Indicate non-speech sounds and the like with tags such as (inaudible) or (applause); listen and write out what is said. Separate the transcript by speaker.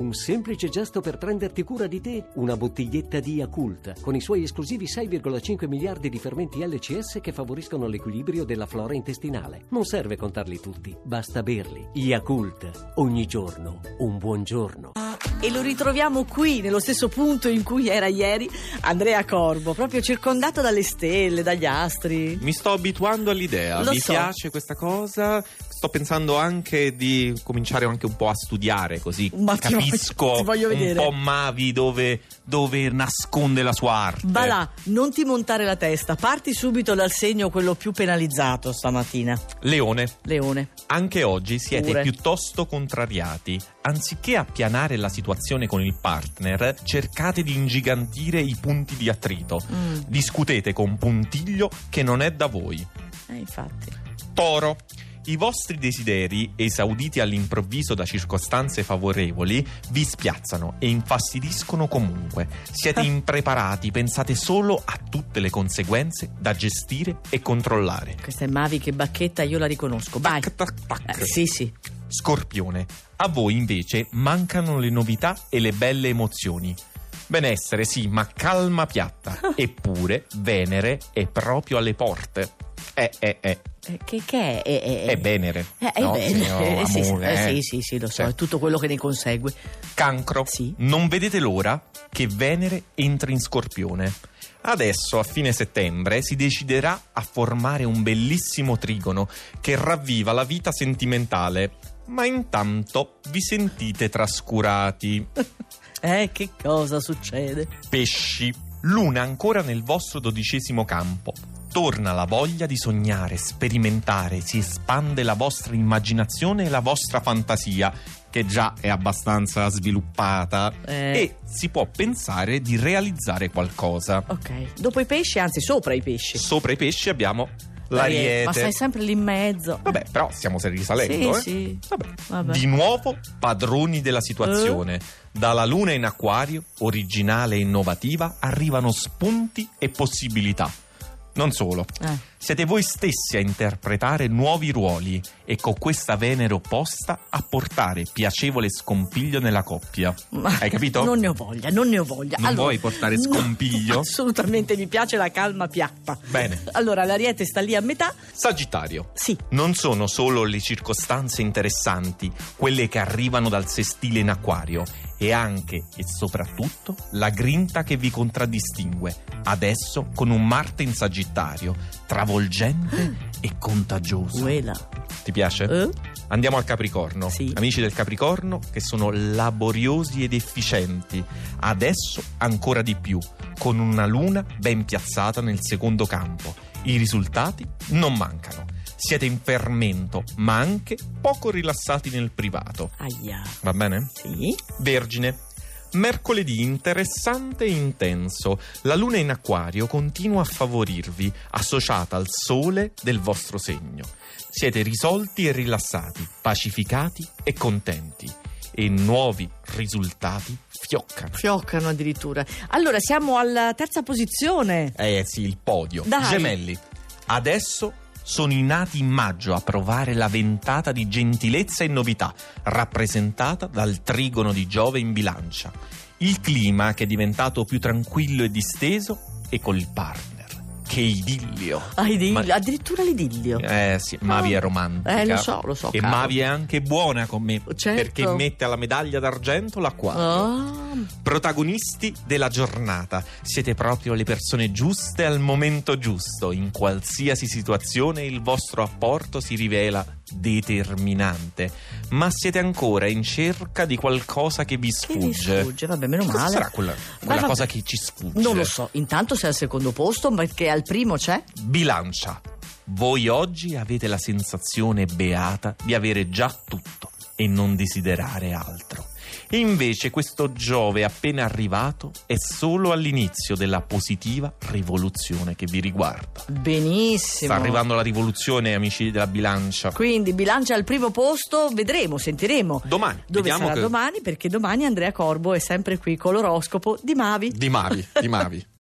Speaker 1: Un semplice gesto per prenderti cura di te, una bottiglietta di Yakult, con i suoi esclusivi 6,5 miliardi di fermenti LCS che favoriscono l'equilibrio della flora intestinale. Non serve contarli tutti, basta berli. Yakult, ogni giorno, un buon giorno.
Speaker 2: E lo ritroviamo qui, nello stesso punto in cui era ieri Andrea Corbo, proprio circondato dalle stelle, dagli astri.
Speaker 3: Mi sto abituando all'idea,
Speaker 2: Lo
Speaker 3: mi
Speaker 2: so.
Speaker 3: piace questa cosa. Sto pensando anche di cominciare anche un po' a studiare così
Speaker 2: Ma ti voglio-
Speaker 3: capisco
Speaker 2: (laughs) ti voglio
Speaker 3: un
Speaker 2: vedere.
Speaker 3: po' Mavi dove, dove nasconde la sua arte.
Speaker 2: Va là, non ti montare la testa, parti subito dal segno quello più penalizzato stamattina,
Speaker 3: Leone,
Speaker 2: Leone.
Speaker 3: anche oggi siete
Speaker 2: Pure.
Speaker 3: piuttosto contrariati. Anziché appianare la situazione con il partner, cercate di ingigantire i punti di attrito.
Speaker 2: Mm,
Speaker 3: Discutete con puntiglio che non è da voi.
Speaker 2: eh, infatti.
Speaker 3: Toro. I vostri desideri, esauditi all'improvviso da circostanze favorevoli, vi spiazzano e infastidiscono comunque.
Speaker 2: (laughs)
Speaker 3: Siete impreparati, pensate solo a tutte le conseguenze da gestire e controllare.
Speaker 2: Questa è Mavi che bacchetta, io la riconosco. Vai.
Speaker 3: Tac, tac, tac.
Speaker 2: Eh, sì, sì.
Speaker 3: Scorpione. A voi invece mancano le novità e le belle emozioni. Benessere sì, ma calma
Speaker 2: (laughs)
Speaker 3: piatta. Eppure Venere è proprio alle porte. Eh, eh, eh.
Speaker 2: Eh, Che, che è? Eh, eh, eh.
Speaker 3: È Venere.
Speaker 2: Eh, eh,
Speaker 3: no,
Speaker 2: bene. (laughs) Eh,
Speaker 3: signor
Speaker 2: sì, sì,
Speaker 3: amore,
Speaker 2: eh,
Speaker 3: eh.
Speaker 2: sì, sì, sì, lo so,
Speaker 3: Sì.
Speaker 2: è tutto quello che ne consegue.
Speaker 3: Cancro.
Speaker 2: Sì.
Speaker 3: Non vedete l'ora che Venere entri in Scorpione. Adesso, a fine settembre, si deciderà a formare un bellissimo trigono che ravviva la vita sentimentale. Ma intanto vi sentite trascurati.
Speaker 2: Eh, che cosa succede?
Speaker 3: Pesci. Luna ancora nel vostro dodicesimo campo. Torna la voglia di sognare, sperimentare, si espande la vostra immaginazione e la vostra fantasia, che già è abbastanza sviluppata,
Speaker 2: Eh,
Speaker 3: e si può pensare di realizzare qualcosa.
Speaker 2: Ok, dopo i pesci, anzi sopra i pesci.
Speaker 3: Sopra i pesci abbiamo l'ariete.
Speaker 2: Ma stai sempre lì in mezzo.
Speaker 3: Vabbè, però stiamo risalendo,
Speaker 2: Sì,
Speaker 3: eh.
Speaker 2: sì.
Speaker 3: Vabbè.
Speaker 2: Vabbè. Eh?
Speaker 3: Di nuovo padroni della situazione. Dalla luna in acquario, originale e innovativa, arrivano spunti e possibilità. Non solo.
Speaker 2: Eh,
Speaker 3: Siete voi stessi a interpretare nuovi ruoli e con questa Venere opposta a portare piacevole scompiglio nella coppia.
Speaker 2: ma-
Speaker 3: Hai capito?
Speaker 2: Non ne ho voglia, non ne ho voglia.
Speaker 3: Non
Speaker 2: Allora-
Speaker 3: vuoi portare
Speaker 2: No, (laughs)
Speaker 3: scompiglio?
Speaker 2: assolutamente, mi piace la calma piatta.
Speaker 3: Bene.
Speaker 2: Allora, l'ariete sta lì a metà.
Speaker 3: Sagittario.
Speaker 2: Sì,
Speaker 3: Non sono solo le circostanze interessanti, quelle che arrivano dal sestile in acquario, e anche e soprattutto la grinta che vi contraddistingue, adesso con un Marte in Sagittario, travolgente e contagioso.
Speaker 2: Ah. quella.
Speaker 3: Ti piace?
Speaker 2: Eh?
Speaker 3: Andiamo al Capricorno.
Speaker 2: Sì.
Speaker 3: Amici del Capricorno che sono laboriosi ed efficienti, adesso ancora di più, con una luna ben piazzata nel secondo campo. I risultati non mancano. Siete in fermento, ma anche poco rilassati nel privato.
Speaker 2: Aia.
Speaker 3: Va bene?
Speaker 2: Sì.
Speaker 3: Vergine. Mercoledì interessante e intenso. La luna in acquario continua a favorirvi, associata al sole del vostro segno. Siete risolti e rilassati, pacificati e contenti. E nuovi risultati fioccano.
Speaker 2: Fioccano addirittura. Allora, siamo alla terza posizione.
Speaker 3: Eh sì, il podio.
Speaker 2: Dai.
Speaker 3: Gemelli. Adesso sono i nati in maggio a provare la ventata di gentilezza e novità, rappresentata dal trigono di Giove in bilancia. Il clima che è diventato più tranquillo e disteso e col partner. Che idillio.
Speaker 2: Ah, idillio,
Speaker 3: Ma-
Speaker 2: addirittura l'idillio.
Speaker 3: Eh sì, Mavi è romantica.
Speaker 2: Eh, lo so, lo so.
Speaker 3: E
Speaker 2: caro.
Speaker 3: Mavi è anche buona con me
Speaker 2: Certo.
Speaker 3: perché mette alla medaglia d'argento l'acquario.
Speaker 2: Ah,
Speaker 3: Protagonisti della giornata, siete proprio le persone giuste al momento giusto. In qualsiasi situazione il vostro apporto si rivela determinante, ma siete ancora in cerca di qualcosa che vi
Speaker 2: che vi
Speaker 3: sfugge.
Speaker 2: sfugge, vabbè, meno
Speaker 3: Cosa
Speaker 2: male.
Speaker 3: sarà quella, quella
Speaker 2: vabbè.
Speaker 3: cosa che ci sfugge?
Speaker 2: Non lo so, intanto sei al secondo posto, perché al primo c'è?
Speaker 3: Bilancia. Voi oggi avete la sensazione beata di avere già tutto e non desiderare altro. E invece questo Giove appena arrivato è solo all'inizio della positiva rivoluzione che vi riguarda.
Speaker 2: Benissimo.
Speaker 3: Sta arrivando la rivoluzione, amici della bilancia.
Speaker 2: Quindi bilancia al primo posto, vedremo, sentiremo.
Speaker 3: Domani,
Speaker 2: Dove
Speaker 3: vediamo
Speaker 2: sarà
Speaker 3: che...
Speaker 2: domani? Perché domani Andrea Corbo è sempre qui con l'oroscopo di Mavi. (laughs)
Speaker 3: Di Mavi, di Mavi.